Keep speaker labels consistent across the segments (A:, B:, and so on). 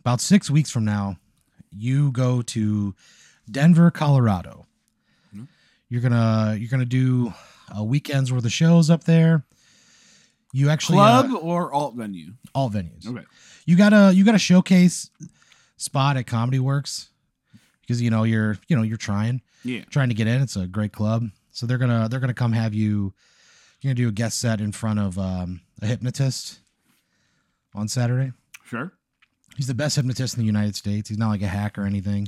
A: about six weeks from now, you go to Denver, Colorado.
B: Mhm.
A: You're gonna you're gonna do a weekend's worth of shows up there. You actually uh,
B: Club or alt venue?
A: all venues.
B: Okay.
A: You gotta you gotta showcase spot at Comedy Works because you know you're you know you're trying
B: Yeah.
A: trying to get in. It's a great club, so they're gonna they're gonna come have you. You're gonna do a guest set in front of um, a hypnotist on Saturday.
B: Sure.
A: He's the best hypnotist in the United States. He's not like a hack or anything.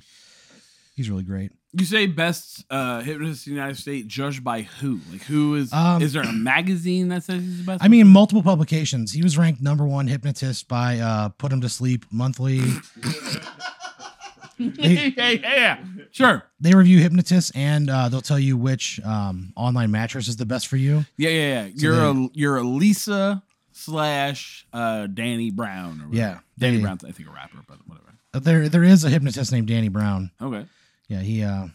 A: He's really great.
B: You say best uh, hypnotist in the United States, judged by who? Like who is?
A: Um,
B: is there a magazine that says he's the best?
A: I mean, multiple publications. He was ranked number one hypnotist by uh, Put Him to Sleep Monthly.
B: yeah, yeah, yeah. Sure.
A: They review hypnotists and uh, they'll tell you which um, online mattress is the best for you.
B: Yeah, yeah, yeah. You're a you're a Lisa slash uh, Danny Brown. Or whatever.
A: Yeah,
B: Danny
A: they-
B: Brown's I think a rapper, but whatever.
A: There, there is a hypnotist named Danny Brown.
B: Okay.
A: Yeah, he uh,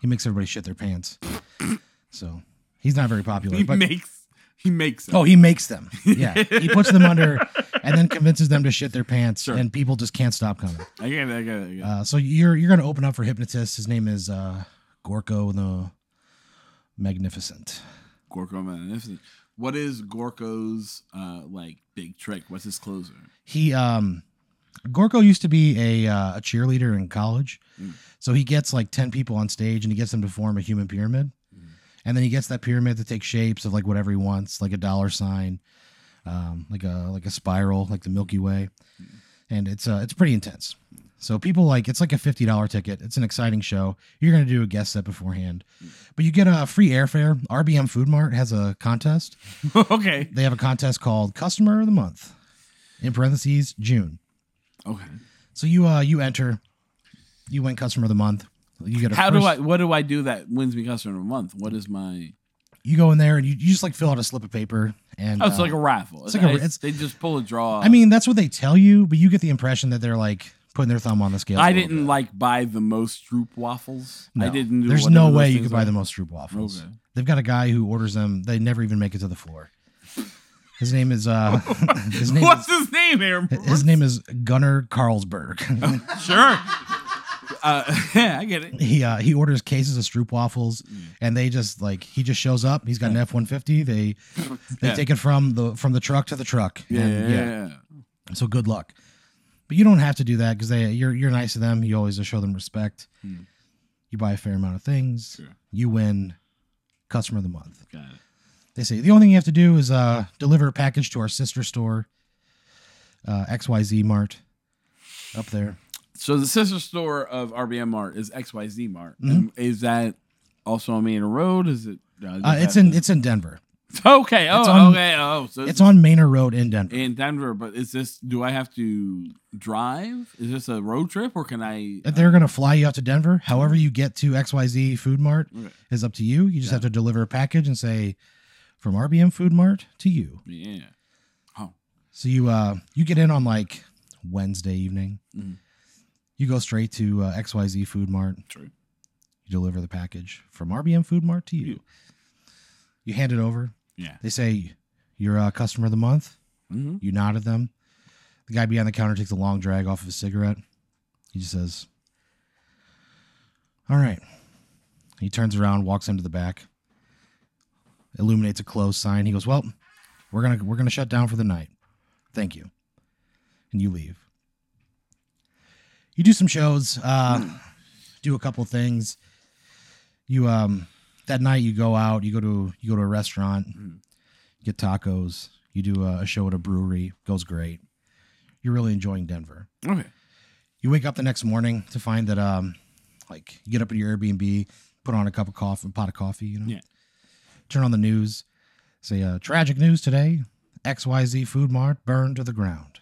A: he makes everybody shit their pants. So he's not very popular.
B: He
A: But
B: makes he makes it.
A: oh, he makes them. Yeah, he puts them under and then convinces them to shit their pants,
B: Sure.
A: and people just can't stop coming.
B: I get it. I get it. I get it.
A: Uh, so you're you're gonna open up for hypnotist. His name is uh, Gorko the Magnificent.
B: Gorko Magnificent. What is Gorko's uh, like big trick? What's his closer?
A: He um, Gorko used to be a uh, a cheerleader in college,
B: Mm.
A: so he gets like ten people on stage and he gets them to form a human pyramid, and then he gets that pyramid to take shapes of like whatever he wants, like a dollar sign, um, like a like a spiral, like the Milky Way, and it's uh it's pretty intense. So people like it's like a fifty dollar ticket. It's an exciting show. You're gonna do a guest set beforehand, but you get a free airfare. RBM Food Mart has a contest.
B: okay.
A: They have a contest called Customer of the Month, in parentheses June.
B: Okay.
A: So you uh you enter, you win Customer of the Month. You get a
B: How
A: first,
B: do I? What do I do that wins me customer of the month? What is my?
A: You go in there and you, you just like fill out a slip of paper and
B: Oh, it's
A: uh,
B: like a raffle.
A: it's like a-
B: I-
A: it's-
B: they just pull a draw.
A: I mean that's what they tell you, but you get the impression that they're like putting their thumb on the scale.
B: I
A: a little
B: didn't
A: bit.
B: like buy the most droop waffles. I
A: No.
B: didn't. Do
A: There's no
B: whatever those
A: way you
B: things
A: could buy
B: are.
A: the most droop waffles.
B: Okay.
A: They've got a guy who orders them. They never even make it to the floor. His name is uh his name
B: What's
A: is,
B: his name, Aaron?
A: his name is Gunnar Carlsberg.
B: Sure. Uh, yeah, I get it.
A: he uh, he orders cases of stroop waffles
B: Mm.
A: and they just like he just shows up he's got an f-150 they they
B: Yeah.
A: take it from the from the truck to the truck
B: Yeah, yeah,
A: And,
B: yeah.
A: so good luck but you don't have to do that because they you're you're nice to them you always show them respect
B: Hmm.
A: you buy a fair amount of things
B: Sure.
A: you win customer of the month
B: Got it.
A: they say the only thing you have to do is uh deliver a package to our sister store uh xyz mart up there
B: So the sister store of RBM Mart is XYZ Mart.
A: Mm-hmm.
B: And is that also on Main Road? Is it?
A: uh, it's in it's in denver
B: okay. Oh,
A: it's on-
B: okay. Oh, so
A: it's on manor road in denver
B: in Denver. But is this? Do I have to drive? Is this a road trip, or can I?
A: If they're going to fly you out to Denver, however you get to XYZ Food Mart
B: uh, Okay.
A: is up to you. You just have to deliver a package and say from RBM Food Mart to you.
B: Yeah.
A: So you uh you get in on like Wednesday evening.
B: Mhm.
A: You go straight to uh, XYZ Food Mart.
B: True.
A: You deliver the package from RBM Food Mart to you.
B: You.
A: You hand it over.
B: Yeah.
A: They say you're a customer of the month.
B: hmm
A: You nod at them. The guy behind the counter takes a long drag off of a cigarette. He just says, All right. He turns around, walks into the back, illuminates a closed sign. He goes, Well, we're gonna we're gonna shut down for the night. Thank you. And you leave. You do some shows, uh, do a couple things. You um that night you go out, you go to you go to a restaurant, get tacos. You do a, a show at a brewery, goes great. You're really enjoying Denver.
B: Okay.
A: You wake up the next morning to find that, um, like, you get up at your Airbnb, put on a cup of coffee, pot of coffee, you know,
B: Yeah.
A: turn on the news, say, uh, tragic news today: XYZ Food Mart burned to the ground.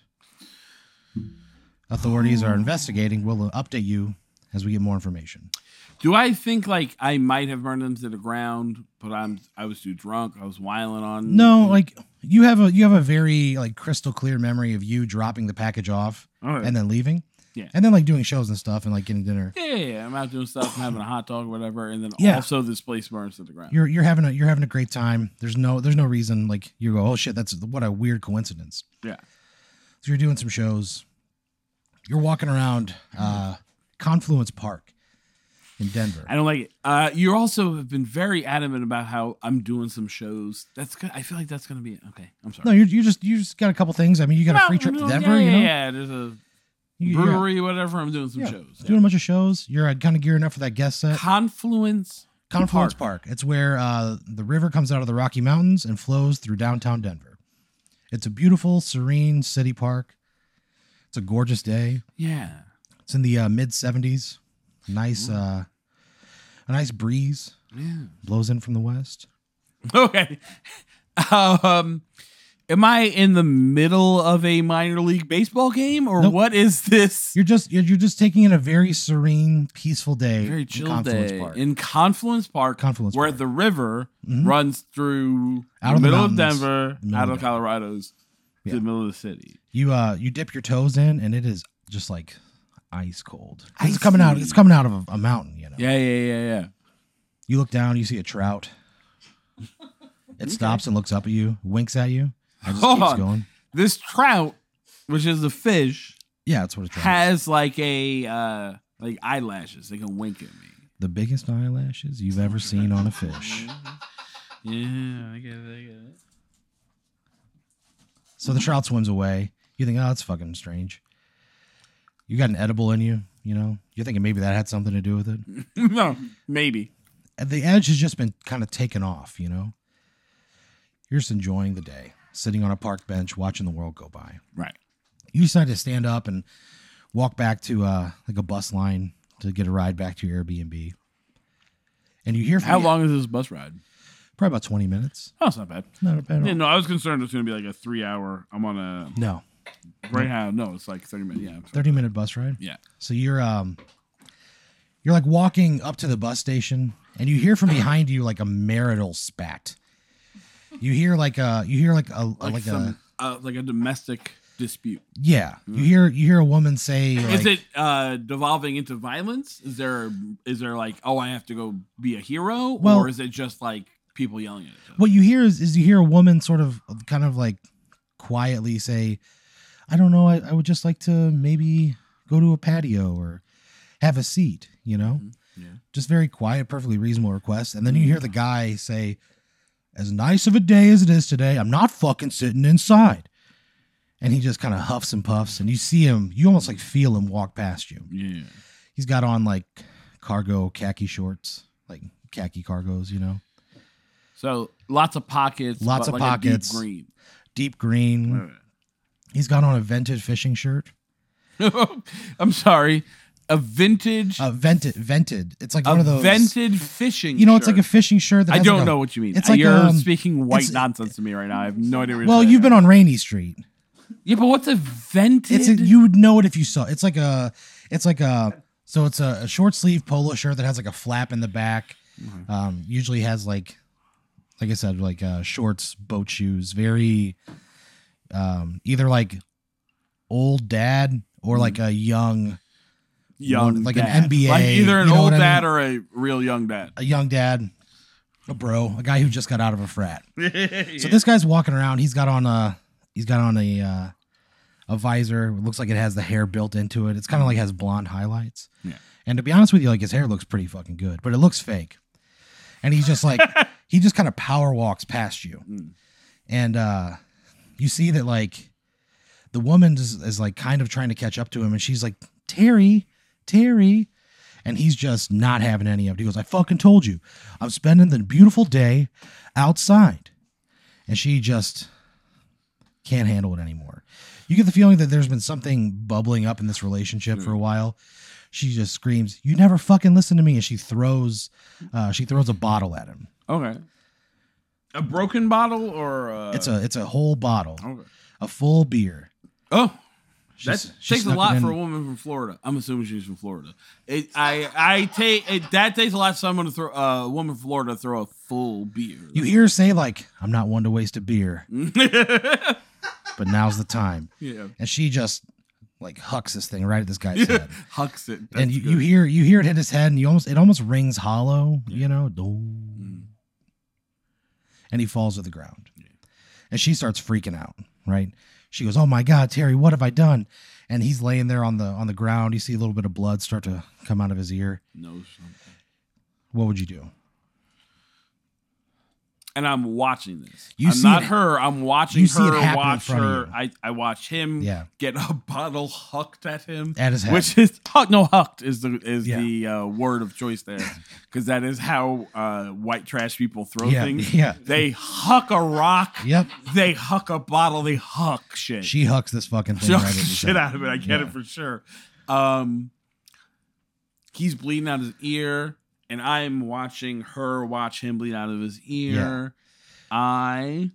A: Authorities are investigating. We'll update you as we get more information.
B: Do I think like I might have burned them to the ground, but I'm I was too drunk. I was wiling on.
A: No, uh, like you have a you have a very like crystal clear memory of you dropping the package off
B: Okay.
A: and then leaving.
B: Yeah.
A: And then like doing shows and stuff and like getting dinner.
B: Yeah, yeah, yeah. I'm out doing stuff, I'm having a hot dog or whatever, and then
A: Yeah.
B: also this place burns to the ground.
A: You're you're having a you're having a great time. There's no there's no reason like you go, oh shit, that's what a weird coincidence.
B: yeah.
A: So you're doing some shows. You're walking around uh, Confluence Park in Denver.
B: I don't like it. Uh, you also have been very adamant about how I'm doing some shows. That's good. I feel like that's gonna be it. okay. I'm sorry.
A: No, you you just you just got a couple things. I mean, you got a free trip to
B: Well,
A: Denver.
B: Yeah,
A: you know,
B: yeah, there's a
A: You- you're
B: brewery, whatever. I'm doing some
A: Yeah.
B: shows.
A: doing a bunch of shows. You're kind of gearing up for that guest
B: Yeah.
A: set.
B: Confluence.
A: Confluence Park. It's where uh, the river comes out of the Rocky Mountains and flows through downtown Denver. It's a beautiful, serene city park. It's a gorgeous day.
B: Yeah.
A: It's in the uh, mid 70s. Nice, uh, a nice breeze
B: Yeah.
A: blows in from the west.
B: Okay. Um, am I in the middle of a minor league baseball game, or
A: Nope.
B: what is this?
A: You're just you're, you're just taking in a very serene, peaceful day.
B: Very
A: in
B: chill
A: Confluence
B: day
A: Park.
B: in Confluence Park,
A: Confluence
B: where
A: Park.
B: the river
A: Mhm.
B: runs through
A: Out
B: the
A: of the
B: middle of
A: mountains.
B: Denver,
A: Middle
B: out
A: of
B: of
A: Denver.
B: Colorado's,
A: Yeah.
B: to the middle of the city.
A: you uh you dip your toes in and it is just like ice cold. It's
B: Icy.
A: coming out. It's coming out of a, a mountain. You know.
B: Yeah, yeah, yeah, yeah.
A: You look down. You see a trout. It stops and looks up at you, winks at you, and just
B: Hold
A: keeps
B: on.
A: going.
B: This trout, which is a fish,
A: Yeah, that's what a trout. is.
B: has like a uh like eyelashes. They can wink at me.
A: The biggest eyelashes you've ever seen on a fish.
B: Yeah, I get it. I get it.
A: So the trout swims away. You think, oh, that's fucking strange. You got an edible in you. You know. You're thinking maybe that had something to do with it.
B: no, maybe.
A: And the edge has just been kind of taken off, you know? You're just enjoying the day, sitting on a park bench, watching the world go by.
B: Right.
A: You decide to stand up and walk back to uh, like a bus line to get a ride back to your Airbnb. And you hear from
B: How
A: the-
B: long is this bus ride?
A: Probably about 20 minutes.
B: Oh, it's not bad.
A: Not bad at
B: Yeah,
A: all.
B: no, I was concerned it's going to be like a three hour. I'm on a
A: No,
B: Greyhound. No, it's like 30 minutes. Yeah. I'm sorry.
A: 30 minute bus ride.
B: Yeah.
A: So you're um you're like walking up to the bus station and you hear from behind you like a marital spat. You hear like a you hear like a
B: Like,
A: like, a
B: some, uh, like a domestic dispute.
A: Yeah, you hear you hear a woman say, like,
B: is it uh, devolving into violence? Is there is there like oh I have to go be a hero,
A: Well-
B: or is it just like people yelling at each other?
A: What you hear is is you hear a woman sort of kind of like quietly say, "I don't know. I, I would just like to maybe go to a patio or have a seat." You know,
B: Yeah.
A: just very quiet, perfectly reasonable request. And then you hear the guy say, "As nice of a day as it is today, I'm not fucking sitting inside." And he just kind of huffs and puffs, and you see him. You almost like feel him walk past you.
B: Yeah.
A: he's got on like cargo khaki shorts, like khaki cargos, you know,
B: So lots of pockets.
A: Lots
B: but
A: of
B: like a deep
A: pockets.
B: green.
A: deep green. He's got on a vented fishing shirt.
B: I'm sorry. A vintage,
A: Uh, vented, vented. It's like one
B: a
A: of those.
B: vented fishing.
A: you know, it's like a
B: shirt.
A: fishing shirt. That
B: I
A: has,
B: don't
A: like, a-
B: know what you mean.
A: it's like,
B: You're
A: um,
B: speaking white
A: it's-
B: nonsense to me right now. I have no idea. What you're
A: Well,
B: saying.
A: you've been on Rainy Street.
B: Yeah, but what's a vented?
A: It's a, you would know it if you saw. It's like a, it's like a. So it's a, a short sleeve polo shirt that has like a flap in the back.
B: Mm-hmm.
A: Um, usually has like, like I said, like uh, shorts, boat shoes, very, um, either like old dad or
B: Mm-hmm.
A: like a young
B: young,
A: like an
B: dad.
A: NBA,
B: like either an
A: you know
B: old
A: what I
B: dad
A: mean?
B: or a real young dad.
A: a young dad, a bro, a guy who just got out of a frat. So this guy's walking around. He's got on a he's got on a uh, a visor. It looks like it has the hair built into it. It's kind of like has blonde highlights.
B: Yeah.
A: And to be honest with you, like his hair looks pretty fucking good, but it looks fake. And he's just like he just kind of power walks past you,
B: Mm.
A: and uh, you see that like the woman is, is like kind of trying to catch up to him, and she's like Terry, Terry. And he's just not having any of it. He goes, I fucking told you. I'm spending the beautiful day outside and she just can't handle it anymore. You get the feeling that there's been something bubbling up in this relationship
B: Mm.
A: for a while. She just screams, "You never fucking listen to me!" and she throws, uh, she throws a bottle at him.
B: Okay. A broken bottle or a,
A: It's a, it's a whole bottle,
B: okay.
A: a full beer.
B: oh.
A: She's-
B: That
A: she
B: takes a
A: snuck it
B: lot
A: in.
B: for a woman from Florida. I'm assuming she's from Florida. It, I I take it, that takes a lot for someone to throw uh, a woman from Florida to throw a full beer.
A: You hear her say like, "I'm not one to waste a beer, but now's the time,"
B: yeah,
A: and she just like hucks this thing right at this guy's head.
B: hucks it. That's
A: and you,
B: good.
A: you hear you hear it hit his head, and you almost it almost rings hollow, you know, "Doo."
B: Mm.
A: and he falls to the ground, and she starts freaking out. Right, She goes, "Oh my God, Terry, what have I done?" And he's laying there on the on the ground. You see a little bit of blood start to come out of his ear.
B: knows something.
A: What would you do?
B: And I'm watching this.
A: You
B: I'm
A: see
B: not
A: it-
B: her. I'm watching
A: you see it
B: her
A: happen in
B: watch
A: front of
B: her.
A: you.
B: I, I watch him
A: Yeah.
B: get a bottle hucked at him.
A: At his head.
B: Which is huck no hucked is the is
A: Yeah.
B: the uh, word of choice there. Because that is how uh, white trash people throw
A: Yeah,
B: things.
A: yeah.
B: They huck a rock,
A: Yep.
B: they huck a bottle, they huck shit.
A: She hucks this fucking thing.
B: Chuck
A: right at
B: the
A: his
B: shit
A: head.
B: out of it. I get
A: Yeah.
B: it for sure. Um, he's bleeding out his ear, and I'm watching her watch him bleed out of his ear. I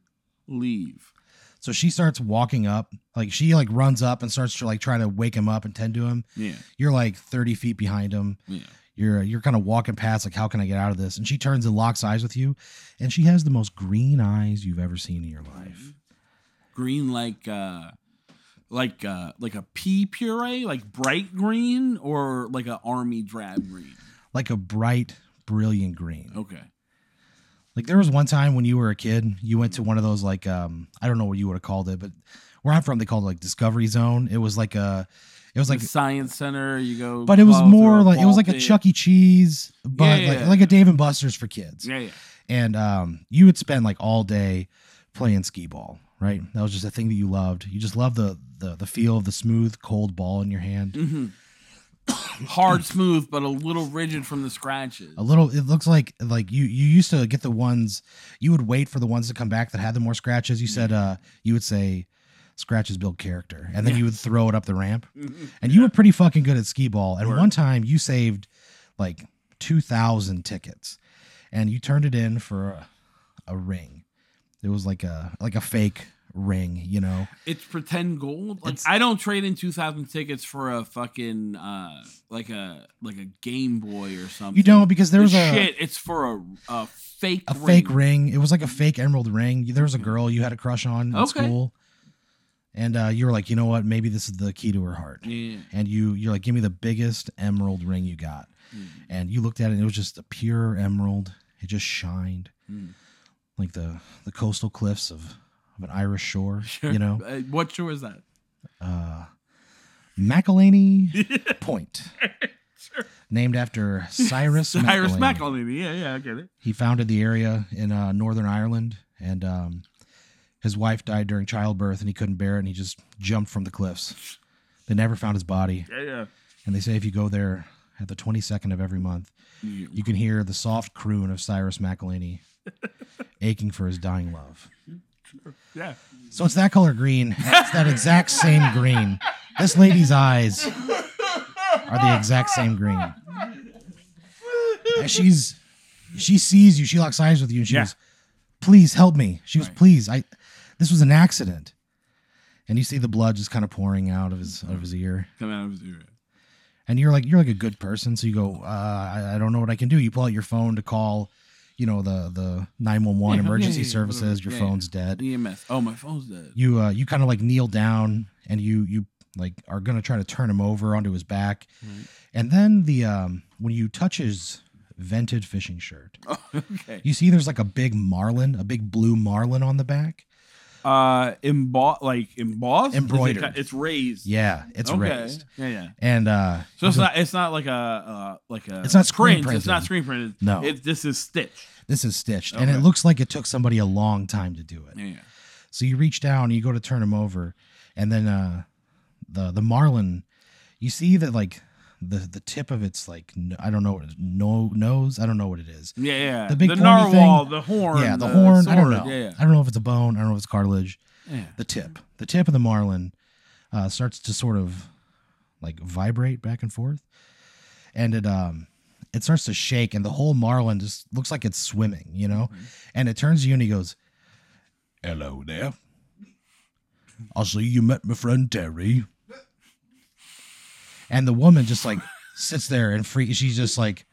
B: leave.
A: So she starts walking up, like she like runs up and starts to like try to wake him up and tend to him.
B: Yeah,
A: You're like 30 feet behind him.
B: yeah.
A: You're uh, you're kind of walking past, like how can I get out of this? And she turns and locks eyes with you, and she has the most green eyes you've ever seen in your
B: Mm-hmm.
A: life.
B: Green like uh, like uh, like a pea puree, like bright green, or like an army drab green.
A: Like a bright, brilliant green.
B: Okay.
A: Like there was one time when you were a kid, you went to one of those like um I don't know what you would have called it, but where I'm from they called it like Discovery Zone. It was like a it was
B: Like
A: like
B: science center, you go.
A: but it was
B: crawl through
A: more like it was
B: ball
A: like a
B: pit.
A: Chuck E. Cheese, but
B: Yeah,
A: like
B: yeah.
A: like a Dave and Buster's for kids.
B: Yeah, yeah.
A: And um you would spend like all day playing skee ball, right? That was just a thing that you loved. You just loved the the the feel of the smooth cold ball in your hand.
B: hmm Hard, smooth, but a little rigid from the scratches.
A: A little it looks like like you you used to get the ones you would wait for the ones to come back that had the more scratches. You said uh you would say scratches build character and then you would throw it up the ramp.
B: Mhm.
A: And you were pretty fucking good at skee ball. And
B: Word.
A: one time you saved like 2,000 tickets and you turned it in for a, a ring. It was like a like a fake ring, you know.
B: It's pretend gold. Like
A: It's-
B: I don't trade in two thousand tickets for a fucking uh like a like a Game Boy or something.
A: You don't because there was a
B: shit. It's for a a fake
A: a
B: ring.
A: fake ring. It was like a fake emerald ring. There was a girl you had a crush on in
B: Okay.
A: school. And uh, you were like, "You know what? Maybe this is the key to her heart."
B: Yeah.
A: And you you're like, "Give me the biggest emerald ring you got."
B: Mm.
A: And you looked at it and it was just a pure emerald. It just shined.
B: Mm.
A: like the the coastal cliffs of of an Irish shore,
B: Sure.
A: you know,
B: Uh, what show is that?
A: uh, McElhaney Point, named after Cyrus
B: Cyrus
A: McElhaney.
B: McElhaney. Yeah, yeah, I get it.
A: He founded the area in uh, Northern Ireland, and um, his wife died during childbirth, and he couldn't bear it, and he just jumped from the cliffs. They never found his body,
B: Yeah, yeah.
A: and they say if you go there at the twenty second of every month,
B: Yeah.
A: you can hear the soft croon of Cyrus McElhaney, aching for his dying love.
B: yeah.
A: So it's that color green. It's that exact same green. This lady's eyes are the exact same green. And she's she sees you, she locks eyes with you, and she
B: Yeah.
A: goes, Please help me. She goes,
B: Right.
A: Please, I this was an accident. And you see the blood just kind of pouring out of his out of his ear.
B: Come out of zero.
A: And you're like, you're like a good person. So you go, uh, I, I don't know what I can do. You pull out your phone to call, you know, the the 911
B: Yeah,
A: emergency
B: yeah, yeah,
A: services,
B: whatever.
A: your
B: Yeah, yeah.
A: phone's dead
B: EMS. Oh, my phone's dead.
A: you uh, you kind of like kneel down and you you like are gonna try to turn him over onto his back,
B: Right.
A: and then the um, when you touch his vented fishing shirt,
B: okay.
A: you see there's like a big marlin, a big blue marlin on the back.
B: Uh, emboss like embossed, Is it
A: Embroidered.
B: cut- It's raised.
A: Yeah, it's
B: Okay.
A: raised,
B: Yeah, yeah.
A: and uh,
B: So it's not it's not like a uh, like a
A: It's not screen
B: print. It's
A: printed.
B: not screen printed.
A: No.
B: it, this is stitch.
A: this is stitched, and it
B: Okay.
A: looks like it took somebody a long time to do it.
B: Yeah, yeah.
A: So you reach down, you go to turn him over, and then uh, the the marlin, you see that like the the tip of its like n- I don't know what it is, no nose, I don't know what it is.
B: yeah, yeah.
A: The big pointy
B: narwhal, the horn, uh,
A: yeah, the, horn. I don't
B: sword.
A: know.
B: Yeah, yeah.
A: I don't know if it's a bone. I don't know if it's cartilage.
B: yeah.
A: The tip, the tip of the marlin, uh, starts to sort of like vibrate back and forth, and it um it starts to shake, and the whole marlin just looks like it's swimming, you know.
B: Mm-hmm.
A: And it turns to you and he goes, "Hello there. I see you met my friend Terry." And the woman just like sits there and free. She's just like,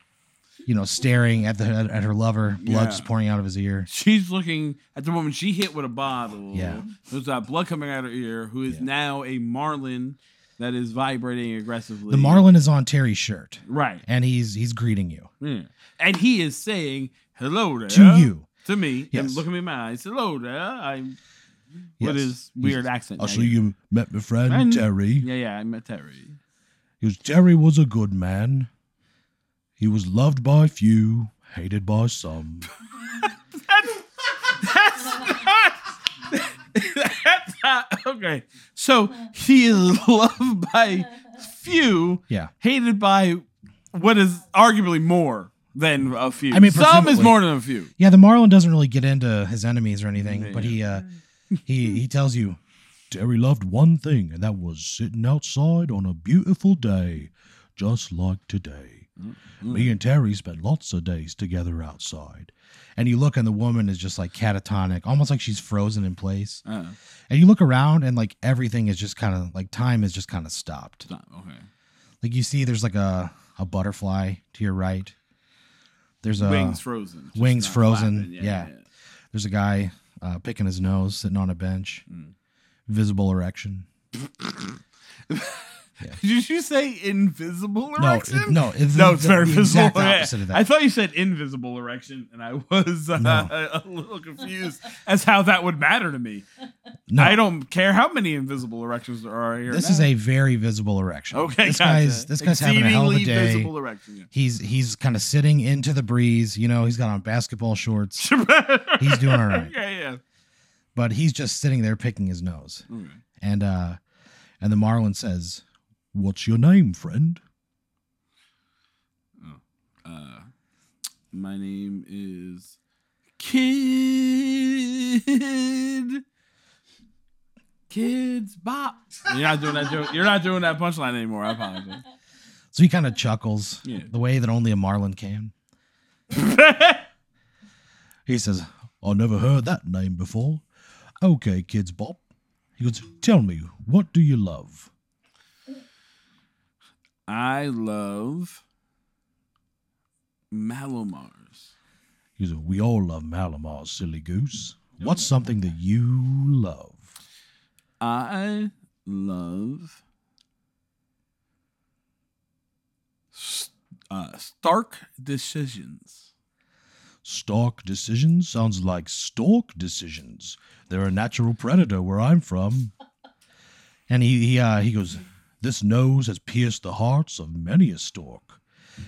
A: you know, staring at the at her lover, blood
B: Yeah.
A: just pouring out of his ear.
B: She's looking at the woman she hit with a bottle.
A: Yeah.
B: there's that blood coming out her ear. Who is
A: Yeah.
B: now a marlin that is vibrating aggressively.
A: The Marlin is on Terry's shirt,
B: right?
A: and he's he's greeting you
B: Yeah. and he is saying hello there
A: to you.
B: to me. And
A: Yes.
B: look at me in my eyes. Hello there. I'm
A: Yes.
B: with his weird accent.
A: I'll
B: yeah,
A: show
B: yeah.
A: you met my friend,
B: Friend.
A: Terry.
B: Yeah, yeah, I met Terry.
A: He was Terry was a good man. He was loved by few, hated by some.
B: That's, that's not. That's not okay. So he is loved by few,
A: Yeah.
B: hated by what is arguably more than a few.
A: I mean,
B: some is
A: presumably-
B: more than a few.
A: Yeah, the Marlin doesn't really get into his enemies or anything,
B: Yeah,
A: but he uh he he tells you Terry loved one thing, and that was sitting outside on a beautiful day, just like today.
B: Mm-hmm.
A: Me and Terry spent lots of days together outside. And you look and the woman is just like catatonic, almost like she's frozen in place.
B: Uh,
A: And you look around and like everything is just kind of like time is just kind of stopped.
B: it's not- okay.
A: Like you see, there's like a a butterfly to your right. There's a
B: wings frozen. Just
A: Uh, wings
B: not
A: frozen,
B: flapping.
A: yeah. there's a guy uh, picking his nose, sitting on a bench,
B: Mm.
A: visible erection.
B: Did you say invisible
A: No,
B: erection?
A: it- no, it's,
B: No,
A: the-
B: it's very
A: the
B: visible.
A: Exact
B: Yeah.
A: opposite of that.
B: I thought you said invisible erection, and I was uh,
A: No.
B: a little confused as how that would matter to me.
A: no,
B: I don't care how many invisible erections there are here.
A: this
B: now.
A: is a very visible erection.
B: okay.
A: this
B: gotcha.
A: guy's this guy's having a hell of a
B: Exceedingly
A: day.
B: Visible erection.
A: He's he's kind of sitting into the breeze. You know, he's got on basketball shorts,
B: Yeah.
A: He's doing all right.
B: Okay, yeah.
A: but he's just sitting there picking his nose.
B: Okay.
A: And uh, and the marlin says, "What's your name, friend?"
B: Uh, my name is Kid. Kids Bop. You're not doing that. Joke. You're not doing that punchline anymore. I apologize.
A: So he kind of chuckles
B: Yeah.
A: the way that only a Marlin can. He says, I never heard that name before. Okay, kids, Bob. He goes, Tell me, what do you love?
B: I love Malomars.
A: He goes, We all love Malamar, silly goose. What's something that you love?
B: I love s- uh, Stark Decisions.
A: Stork decisions sounds like stork decisions. They're a natural predator where I'm from. And he he, uh, he goes, this nose has pierced the hearts of many a stork.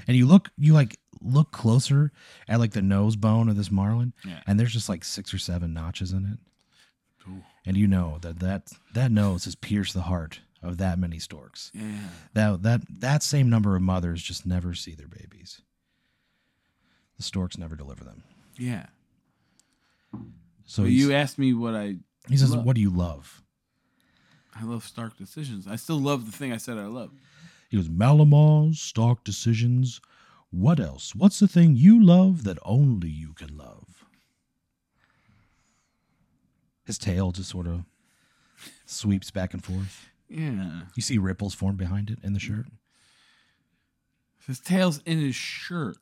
A: And you look you like look closer at like the nose bone of this marlin,
B: Yeah.
A: and there's just like six or seven notches in it. And you know that that that nose has pierced the heart of that many storks.
B: Yeah.
A: That that that same number of mothers just never see their babies. The storks never deliver them.
B: Yeah.
A: So
B: But
A: he's-
B: you asked me what I
A: He says,
B: Love.
A: "What do you love?"
B: I love Stark Decisions. I still love the thing I said I love.
A: He goes, "Malamars, Stark decisions. What else? What's the thing you love that only you can love?" His tail just sort of sweeps back and forth.
B: Yeah.
A: You see ripples form behind it in the shirt.
B: His tail's in his shirt.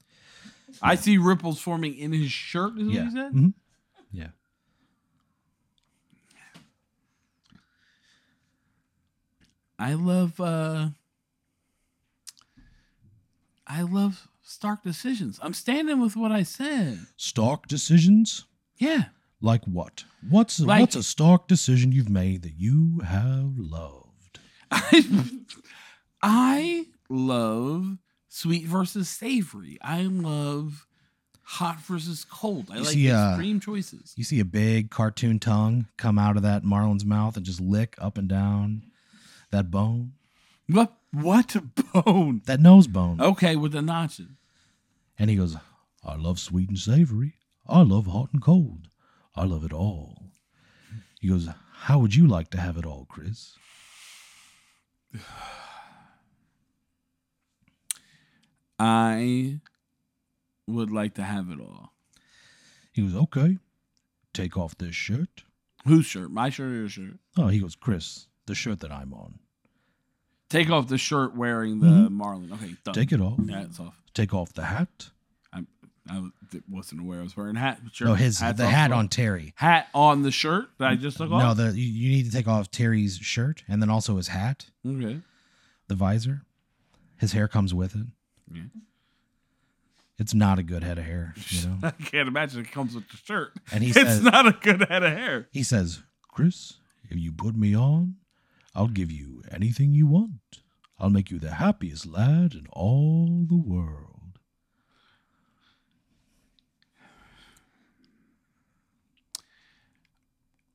B: I see ripples forming in his shirt, is what
A: yeah,
B: you said?
A: Mhm. yeah.
B: I love uh I love stark decisions. I'm standing with what I said.
A: Stark decisions
B: Yeah.
A: like what? What's
B: Like-
A: what's a stark decision you've made that you have loved?
B: I, I love sweet versus savory. I love hot versus cold. I
A: You
B: like
A: see, uh,
B: extreme choices.
A: You see a big cartoon tongue come out of that marlin's mouth and just lick up and down that bone,
B: What what a bone.
A: that nose bone.
B: Okay, with the notches.
A: And he goes, I love sweet and savory. I love hot and cold. I love it all. He goes, How would you like to have it all, Chris?
B: I would like to have it all.
A: He goes, Okay, take off this shirt.
B: Whose shirt? My shirt or your shirt?
A: Oh, he goes, Chris, the shirt that I'm on.
B: Take off the shirt wearing the
A: Mhm.
B: Marlin. Okay, done.
A: Take it off.
B: Yeah, it's off.
A: Take off the hat.
B: I w- d- wasn't aware I was wearing a hat. But sure,
A: No, his
B: hat's
A: the
B: off.
A: hat on Terry.
B: hat on the shirt that I just took
A: No,
B: off.
A: the you you need to take off Terry's shirt and then also his hat,
B: okay,
A: the visor. His hair comes with it.
B: Yeah.
A: It's not a good head of hair, you know.
B: I can't imagine it comes with the shirt.
A: And he
B: it's
A: says,
B: not a good head of hair.
A: He says, Chris, if you put me on, I'll give you anything you want. I'll make you the happiest lad in all the world.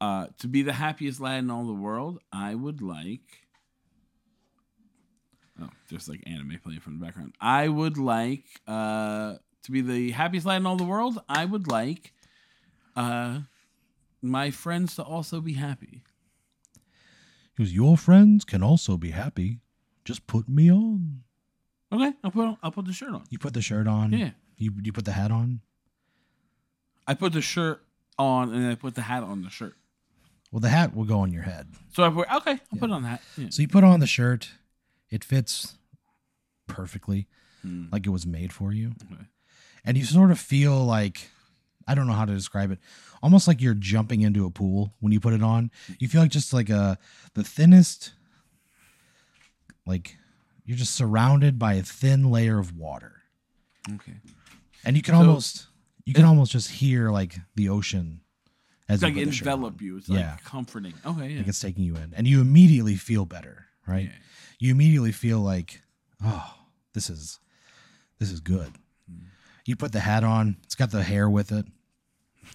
B: Uh, to be the happiest lad in all the world, I would like. Oh, there's like anime playing from the background. I would like uh, to be the happiest lad in all the world. I would like uh, my friends to also be happy.
A: Because your friends can also be happy. Just put me on.
B: Okay, I'll put I'll put the shirt on.
A: You put the shirt on.
B: Yeah,
A: You you put the hat on.
B: I put the shirt on and I put the hat on the shirt.
A: Well, the hat will go on your head.
B: So I put okay, I'll
A: Yeah.
B: put on that. Yeah.
A: So you put on the shirt. It fits perfectly,
B: Hmm.
A: like it was made for you.
B: Okay.
A: and you sort of feel like I don't know how to describe it. Almost like you're jumping into a pool when you put it on. You feel like just like a the thinnest like you're just surrounded by a thin layer of water.
B: Okay.
A: And you can
B: So-
A: almost you can almost just hear like the ocean as
B: It's like
A: you put the shirt
B: envelop
A: on.
B: you. It's
A: Yeah.
B: like comforting. Okay, yeah.
A: Like it's taking you in. And you immediately feel better, right?
B: Yeah.
A: you immediately feel like, oh, this is this is good. You put the hat on, it's got the hair with it.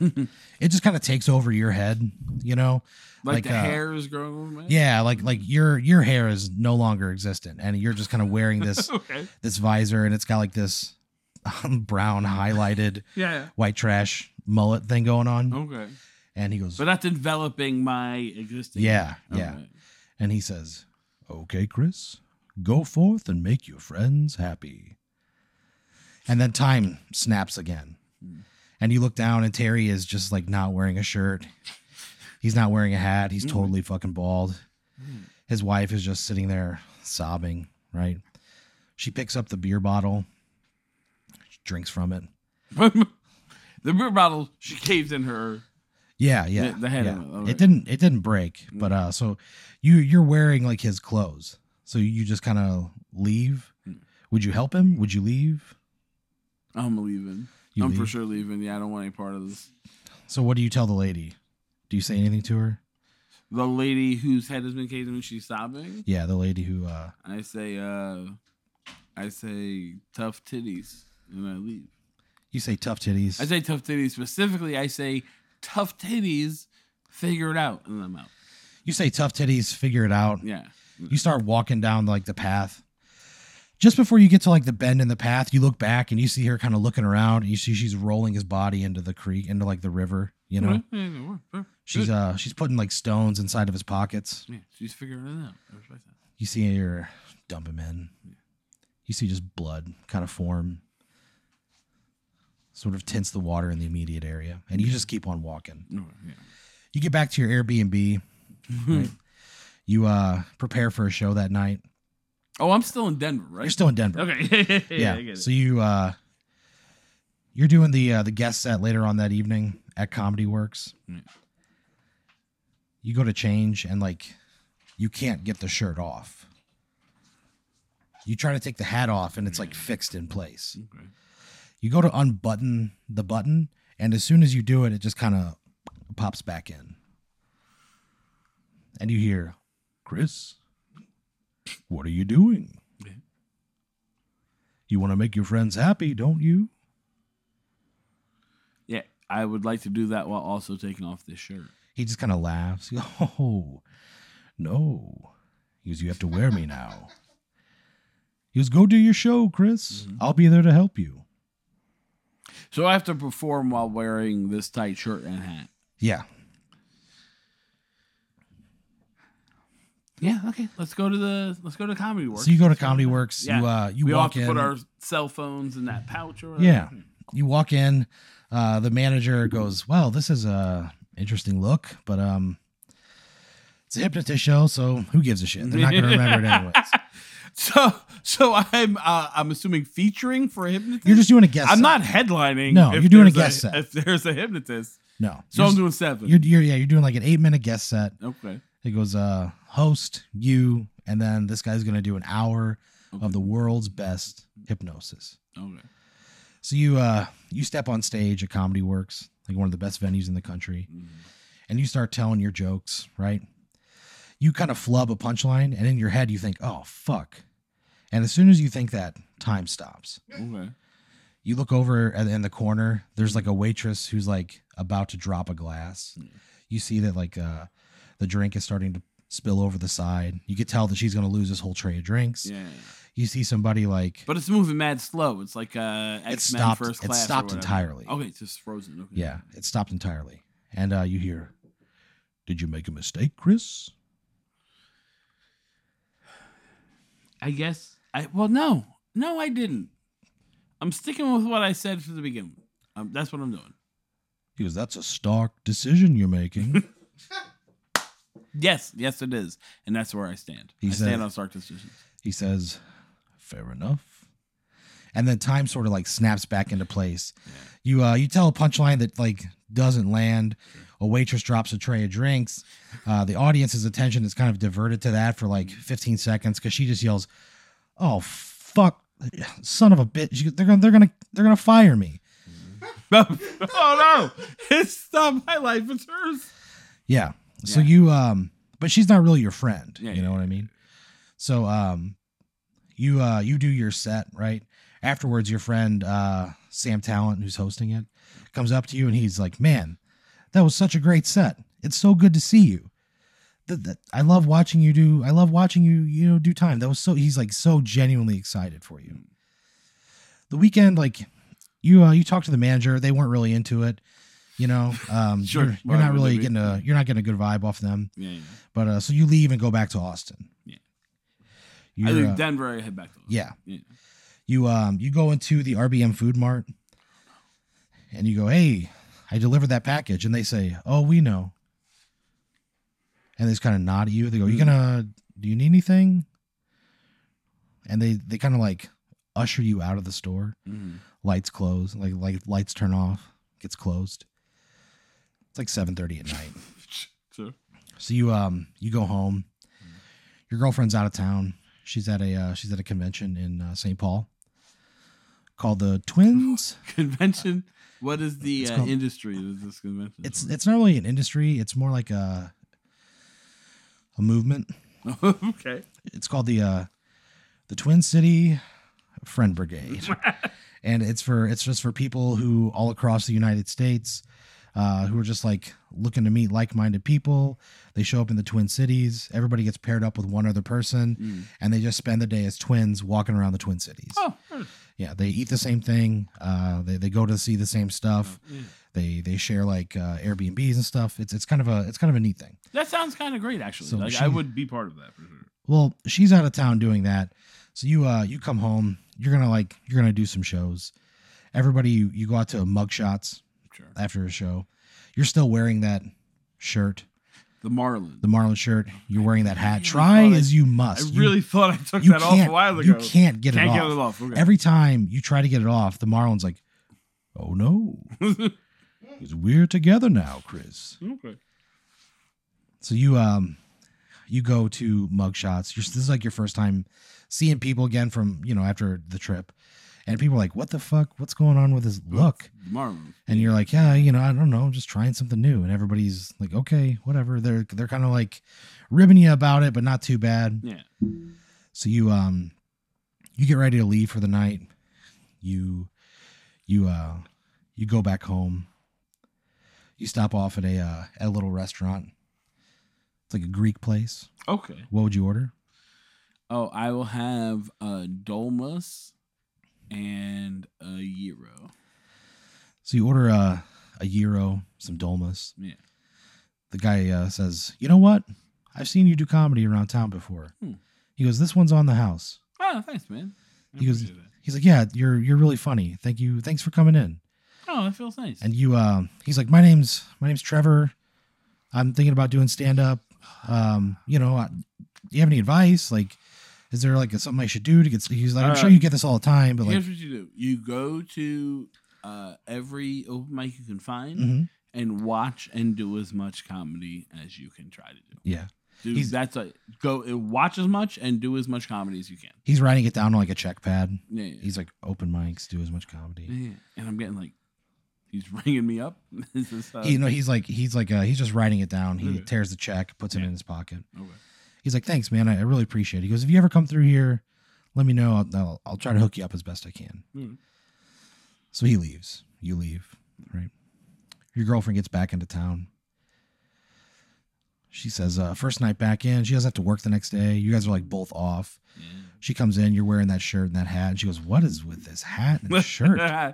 A: it just kind of takes over your head, you know?
B: Like,
A: Like,
B: the
A: uh,
B: hair is growing over my head?
A: Yeah, like like your your hair is no longer existent and you're just kind of wearing this
B: Okay.
A: this visor and it's got like this um, brown highlighted
B: Yeah.
A: white trash mullet thing going on
B: yeah. Okay.
A: and he goes
B: Oh. But that's enveloping my existing.
A: yeah, yeah.
B: Okay.
A: And he says, Okay, Chris, go forth and make your friends happy. And then time snaps again.
B: Hmm.
A: And you look down, and Terry is just like not wearing a shirt. He's not wearing a hat. He's
B: Mm.
A: totally fucking bald.
B: Mm.
A: His wife is just sitting there sobbing, right? She picks up the beer bottle, drinks from it.
B: the beer bottle, she caved in her.
A: Yeah, yeah.
B: The- the head
A: yeah.
B: of it, all
A: It
B: right.
A: didn't it didn't break,
B: Mm.
A: but uh so you you're wearing like his clothes. So you just kind of leave.
B: Mm.
A: Would you help him? Would you leave?
B: I'm leaving.
A: You
B: I'm for
A: leave.
B: sure leaving. Yeah, I don't want any part of this.
A: So what do you tell the lady? Do you say anything to her?
B: The lady whose head has been caved in, she's sobbing.
A: Yeah, the lady who uh
B: I say, uh, I say tough titties, and I leave.
A: you say tough titties.
B: I say tough titties specifically. I say tough titties, figure it out, and I'm out.
A: you say tough titties, figure it out.
B: Yeah.
A: You start walking down like the path. Just before you get to like the bend in the path, you look back and you see her kind of looking around. And you see she's rolling his body into the creek, into like the river. You know,
B: Okay, yeah, yeah, work, work.
A: she's
B: Good.
A: uh she's putting like stones inside of his pockets.
B: Yeah, she's figuring it out. I respect that.
A: You see her dump him in.
B: Yeah.
A: You see just blood kind of form, sort of tints the water in the immediate area, and you just keep on walking.
B: No, yeah.
A: You get back to your Airbnb. right? You uh, prepare for a show that night.
B: Oh, I'm still in Denver, right?
A: You're still in Denver,
B: okay.
A: yeah.
B: I get it.
A: so you uh, you're doing the uh, the guest set later on that evening at Comedy Works.
B: Yeah.
A: You go to change and like you can't get the shirt off. You try to take the hat off and it's
B: Mm.
A: like fixed in place.
B: Okay.
A: You go to unbutton the button, and as soon as you do it, it just kind of pops back in. And you hear, Chris, what are you doing?
B: Yeah.
A: You want to make your friends happy, don't you?
B: Yeah, I would like to do that while also taking off this shirt.
A: He just kind of laughs. He goes, Oh, no. He goes, You have to wear me now. He goes, Go do your show, Chris.
B: Mhm.
A: I'll be there to help you.
B: So I have to perform while wearing this tight shirt and hat.
A: Yeah.
B: Yeah, okay. Let's go to the let's go to comedy works.
A: So you go to
B: Let's
A: Comedy Works.
B: Yeah.
A: You, uh, you
B: we all have
A: walk
B: to
A: in.
B: put our cell phones in that pouch or whatever.
A: Yeah. you walk in uh the manager goes well this is a interesting look but um it's a hypnotist show so who gives a shit they're not gonna remember it anyways
B: So so I'm uh, I'm assuming featuring for a hypnotist.
A: you're just doing a guest
B: I'm
A: set.
B: not headlining.
A: No,
B: if
A: you're doing a
B: there's
A: guest set.
B: If there's a hypnotist,
A: no
B: so
A: you're,
B: I'm
A: just-
B: doing 7
A: you're, you're yeah you're doing like an eight minute guest set
B: okay.
A: it goes uh host you and then this guy's gonna do an hour
B: Okay.
A: of the world's best hypnosis
B: Okay.
A: so you uh you step on stage at comedy works like one of the best venues in the country
B: Mhm.
A: and you start telling your jokes, right? You kind of flub a punchline, and in your head, you think, oh, fuck. And as soon as you think that, time stops.
B: Okay.
A: You look over at, in the corner, there's like a waitress who's like about to drop a glass.
B: Yeah.
A: You see that like uh, the drink is starting to spill over the side. You could tell that she's going to lose this whole tray of drinks.
B: Yeah.
A: You see somebody like,
B: But it's moving mad slow. It's like uh,
A: it
B: X Men
A: stopped,
B: First
A: it
B: Class. or
A: stopped
B: whatever. Oh.
A: entirely.
B: Okay, it's just frozen. Okay.
A: Yeah, it stopped entirely. And uh, you hear, Did you make a mistake, Chris?
B: I guess. I well, no, no, I didn't. I'm sticking with what I said from the beginning. Um, that's what I'm doing.
A: He goes, That's a stark decision you're making.
B: Yes, yes, it is, and that's where I stand.
A: He
B: I
A: said-
B: stand on Stark decisions.
A: he says, Fair enough. And then time sort of like snaps back into place. You uh, you tell a punchline that like doesn't land. A waitress drops a tray of drinks. Uh, the audience's attention is kind of diverted to that for like 15 seconds because she just yells, "Oh fuck, uh, son of a bitch! She goes, They're gonna they're gonna they're gonna fire me!"
B: oh no! It's not my life. It's hers.
A: Yeah. So
B: Yeah.
A: you um but she's not really your friend.
B: Yeah,
A: you know
B: yeah,
A: what I mean? So um you uh you do your set, right? Afterwards your friend uh Sam Talent, who's hosting it, comes up to you and he's like, Man, that was such a great set. It's so good to see you. Th- th- I love watching you do I love watching you, you know, do time. That was so he's like so genuinely excited for you. The weekend, like you uh you talked to the manager, they weren't really into it. You know, um,
B: Sure.
A: you're,
B: Why
A: you're not
B: would they
A: really
B: be?
A: getting a you're not getting a good vibe off them.
B: Yeah, yeah.
A: But uh, so you leave and go back to Austin.
B: Yeah. I
A: You're,
B: leave
A: uh,
B: Denver. I head back to.
A: yeah.
B: yeah.
A: You um you go into the RBM Food Mart and you go, "Hey, I delivered that package." And they say, "Oh, we know." And they just kind of nod at you. They go, "You
B: Mhm.
A: gonna? Do you need anything?" And they they kind of like usher you out of the store.
B: Mhm.
A: Lights close. Like like lights turn off. Gets closed. It's like seven thirty at night.
B: So,
A: So you um you go home. Your girlfriend's out of town. She's at a uh, she's at a convention in uh, St. Paul called the Twins.
B: convention. What is the
A: It's
B: uh,
A: called-
B: industry of this convention?
A: It's it's not really an industry. It's more like a a movement.
B: okay.
A: It's called the uh, the Twin City Friend Brigade, and it's for it's just for people who all across the United States uh, who are just like looking to meet like minded people. They show up in the Twin Cities. Everybody gets paired up with one other person.
B: Mm.
A: and they just spend the day as twins walking around the Twin Cities.
B: Oh, heard.
A: Yeah, they eat the same thing. Uh, they, they go to see the same stuff.
B: Yeah.
A: They they share like uh, Airbnbs and stuff. It's it's kind of a it's kind of a neat thing.
B: that sounds kind of great. Actually,
A: So
B: like,
A: she-
B: I would be part of that for sure.
A: Well, she's out of town doing that, so you uh you come home. You're gonna like you're gonna do some shows. Everybody you you go out to mug shots
B: Sure.
A: after a show. You're still wearing that shirt,
B: The Marlin.
A: the Marlin shirt. You're wearing that hat.
B: really
A: Try
B: thought I-
A: as you
B: I
A: must. You-
B: really thought I took
A: you
B: that off a
A: can't-
B: while ago.
A: You can't get it
B: Can't
A: off.
B: get it off. Okay.
A: Every time you try to get it off, the Marlin's like, "Oh no, Because we're together now, Chris."
B: okay.
A: So you um, you go to mugshots. You're, this is like your first time seeing people again from you know after the trip, and people are like, "What the fuck? What's going on with his look?"
B: The Marlin.
A: And you're like, "Yeah, you know, I don't know, I'm just trying something new." And everybody's like, "Okay, whatever." They're they're kind of like ribbing you about it, but not too bad.
B: Yeah.
A: So you um you get ready to leave for the night. You you uh you go back home. You stop off at a uh, at a little restaurant. It's like a Greek place.
B: Okay.
A: What would you order?
B: Oh, I will have a dolmas and a gyro.
A: So you order a a gyro, some dolmas.
B: Yeah.
A: The guy uh, says, "You know what? I've seen you do comedy around town before."
B: Hmm.
A: He goes, "This one's on the house."
B: Oh, thanks, man. I
A: He goes-
B: appreciate that.
A: He's like, "Yeah, you're you're really funny. Thank you. Thanks for coming in."
B: Oh, that feels nice.
A: and you um he's like my name's my name's trevor i'm thinking about doing stand up um you know I, do you have any advice like is there like something i should do to get he's like i'm
B: Uh,
A: sure you get this all the time but like
B: Here's what you do: you go to uh, every open mic you can find
A: mhm,
B: and watch and do as much comedy as you can try to do.
A: yeah
B: do
A: He's-
B: that's a go uh, watch as much and do as much comedy as you can.
A: he's writing it down on like a check pad
B: Yeah, yeah,
A: he's like open mics do as much comedy
B: yeah. And I'm getting like he's ringing me up. Is this, uh,
A: He, you know, he's like he's like uh, he's just writing it down. He
B: Okay.
A: tears the check, puts it
B: Yeah.
A: in his pocket.
B: okay.
A: He's like, "Thanks, man. I, I really appreciate it." He goes, "If you ever come through here, let me know. I'll, I'll, I'll try to hook you up as best I can."
B: Mm.
A: So he leaves. You leave, right? Your girlfriend gets back into town. She says, uh, first night back in, she doesn't have to work the next day. You guys are like both off. She comes in, you're wearing that shirt and that hat. And she goes, What is with this hat and shirt?
B: Hmm.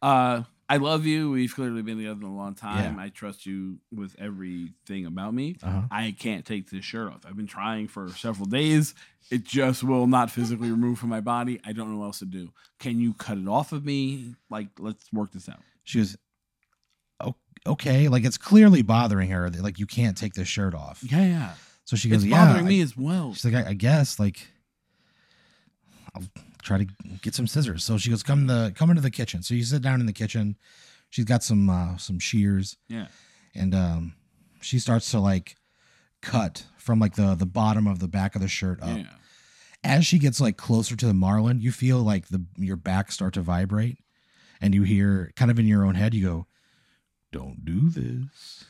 B: uh, I love you. We've clearly been together a long time. I trust you with everything about me.
A: Uh-huh.
B: I can't take this shirt off. I've been trying for several days. It just will not physically remove from my body. I don't know what else to do. Can you cut it off of me? Like, let's work this out.
A: She goes, "O- Okay. Like it's clearly bothering her that like you can't take this shirt off.
B: Yeah, yeah.
A: So she
B: It's
A: goes, Yeah.
B: bothering
A: I-
B: me as well.
A: She's like, I, I guess like I'll try to get some scissors. So she goes, come the come into the kitchen. So you sit down in the kitchen. She's got some uh, some shears
B: Yeah.
A: and um, she starts to like cut from like the the bottom of the back of the shirt up.
B: Yeah.
A: As she gets like closer to the marlin, you feel like the your back start to vibrate, and you hear kind of in your own head, you go, "Don't do this."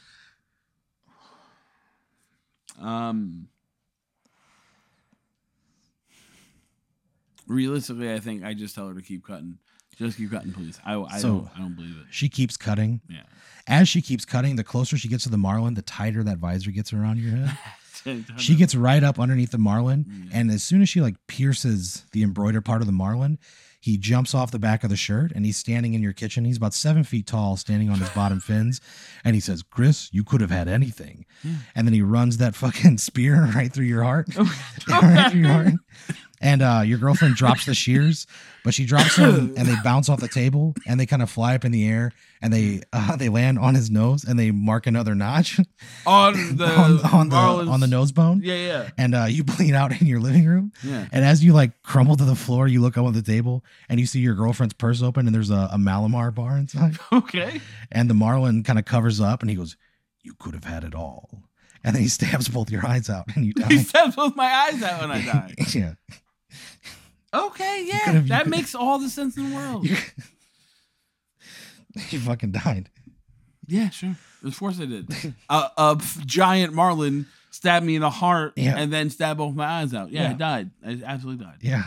B: Um, realistically, I think I just tell her to keep cutting. Just keep cutting, please. I, I
A: So-
B: don't I don't believe it.
A: She keeps cutting.
B: Yeah.
A: As she keeps cutting, the closer she gets to the marlin, the tighter that visor gets around your head. she gets right up underneath the marlin
B: Yeah.
A: and as soon as she like pierces the embroidered part of the marlin he jumps off the back of the shirt and he's standing in your kitchen he's about seven feet tall standing on his bottom fins and he says chris you could have had anything
B: Yeah. Oh
A: and then he runs that fucking spear right through your heart right through your heart and uh, your girlfriend drops the shears but she drops them and they bounce off the table and they kind of fly up in the air and they uh, they land on his nose and they mark another notch
B: on the
A: on, on the
B: Marlins-
A: on the nose bone
B: Yeah, yeah,
A: and uh, you bleed out in your living room.
B: yeah.
A: And as you like crumble to the floor, you look up at the table and you see your girlfriend's purse open and there's a, a Malamar bar inside.
B: Okay.
A: And the Marlin kind of covers up and he goes, You could have had it all. And then he stabs both your eyes out and you
B: He
A: die.
B: stabs both my eyes out when I die.
A: yeah.
B: Okay, yeah,
A: could've- you
B: that
A: could've-
B: makes all the sense in the world.
A: You, you fucking died.
B: Yeah, sure. Of course I did. a, a f- giant marlin stabbed me in the heart
A: Yeah.
B: and then stabbed both my eyes out. Yeah, I
A: Yeah.
B: died. I absolutely died.
A: Yeah.